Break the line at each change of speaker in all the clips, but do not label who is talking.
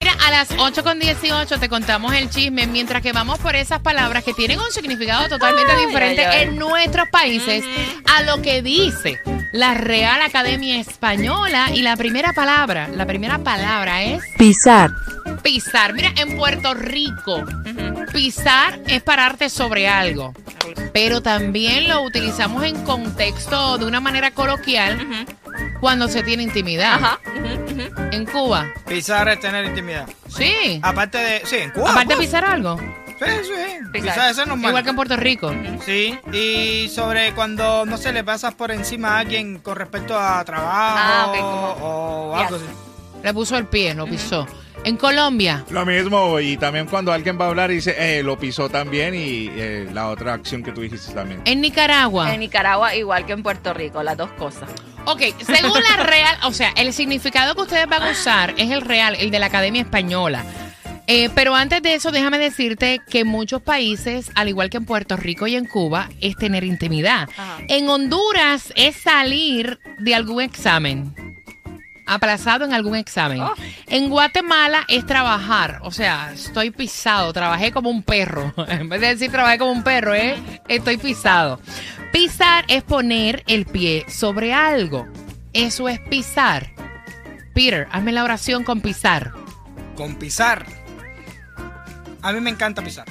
Mira, a las 8.18 te contamos el chisme mientras que vamos por esas palabras que tienen un significado totalmente diferente
ay, ay.
en nuestros países a lo que dice la Real Academia Española. Y la primera palabra, la primera palabra es
Pisar,
pisar. Mira, en Puerto Rico, pisar es pararte sobre algo. Pero también lo utilizamos en contexto de una manera coloquial cuando se tiene intimidad.
Ajá. ujú, ujú.
En Cuba.
Pisar es tener intimidad.
Sí.
Aparte de. Sí, en Ah, Cuba.
Aparte de
Cuba.
pisar algo.
Sí, sí. Pisar,
Pisar.
eso es normal.
Igual que en Puerto Rico.
Sí, y sobre cuando, no sé, le pasas por encima a alguien con respecto a trabajo
Ah, ok, como-
o
Ya.
algo así.
Le puso el pie, lo pisó. En Colombia.
Lo mismo, y también cuando alguien va a hablar y dice, eh, lo pisó también, y eh, la otra acción que tú dijiste también.
En Nicaragua.
En Nicaragua, igual que en Puerto Rico, las dos cosas.
Ok, según la Real, o sea, el significado que ustedes van a usar es el real, el de la Academia Española. Eh, pero antes de eso, déjame decirte que en muchos países, al igual que en Puerto Rico y en Cuba, es tener intimidad.
Ajá.
En Honduras es salir de algún examen, aplazado en algún examen.
Oh.
En Guatemala es trabajar, o sea, estoy pisado, trabajé como un perro. en vez de decir trabajé como un perro, ¿eh? estoy pisado. Pisar es poner el pie sobre algo. Eso es pisar. Peter, hazme la oración con pisar.
Con pisar. A mí me encanta pisar.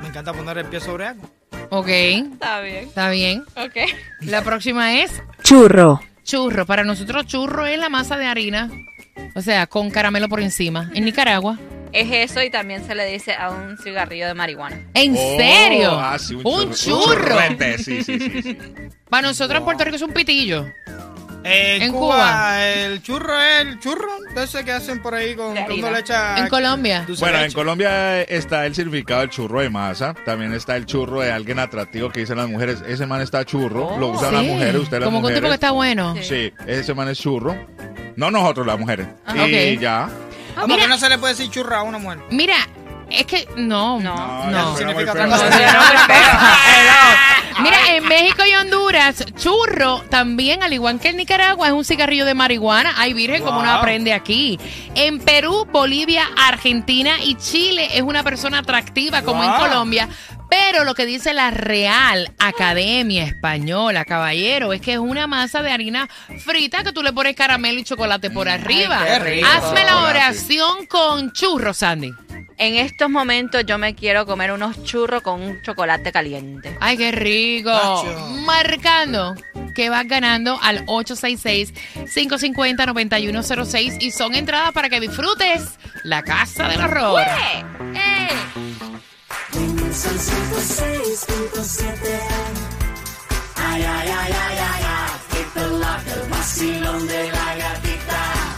Me encanta poner el pie sobre algo.
Ok,
Está bien.
está bien.
Ok.
La próxima es
churro,
churro. Para nosotros churro es la masa de harina, o sea, con caramelo por encima. En Nicaragua.
Es eso y también se le dice a un cigarrillo de marihuana.
¿En
Oh,
serio?
ah, sí,
un,
churro- un
churro.
churrete, sí, sí, sí, sí.
Para nosotros en Puerto Rico es un pitillo.
Eh,
En
en
Cuba.
Cuba, el churro es el churro de ese que hacen por ahí con
De
que uno
harina.
le echa
Ah,
En Colombia.
dulce
Bueno, en
leche.
Colombia eh, está el significado del churro de masa, también está el churro de alguien atractivo que dicen las mujeres, ese man está churro, lo usan las
Oh, Sí,
mujeres, usted las
Como con
mujeres.
tipo que está bueno.
Sí, ese man es churro. No nosotros las mujeres.
Ah,
y
ok.
ya.
¿Por qué
Ah, Mira.
no se le puede decir churra a una mujer?
Mira, es que no.
No.
No.
eso suena muy
Significa
feo.
otra cosa.
Pero no, pero-
Mira, en México y Honduras, churro también, al igual que en Nicaragua, es un cigarrillo de marihuana. Ay, virgen, como uno
Wow.
aprende aquí. En Perú, Bolivia, Argentina y Chile es una persona atractiva, como en
Wow.
Colombia. Pero lo que dice la Real Academia Española, caballero, es que es una masa de harina frita que tú le pones caramelo y chocolate por arriba.
Mm. qué rico.
Hazme la
Chocolate.
oración con churro, Sandy.
En estos momentos yo me quiero comer unos churros con un chocolate caliente.
Ay, qué rico.
Nacho.
Marcando que vas ganando al 866-550-9106 y son entradas para que disfrutes la casa del horror.
¡Eh! ¡Eh!
Son 106.7 Ay, ay, ay, ay, ay, ay Quita la el vacilón de la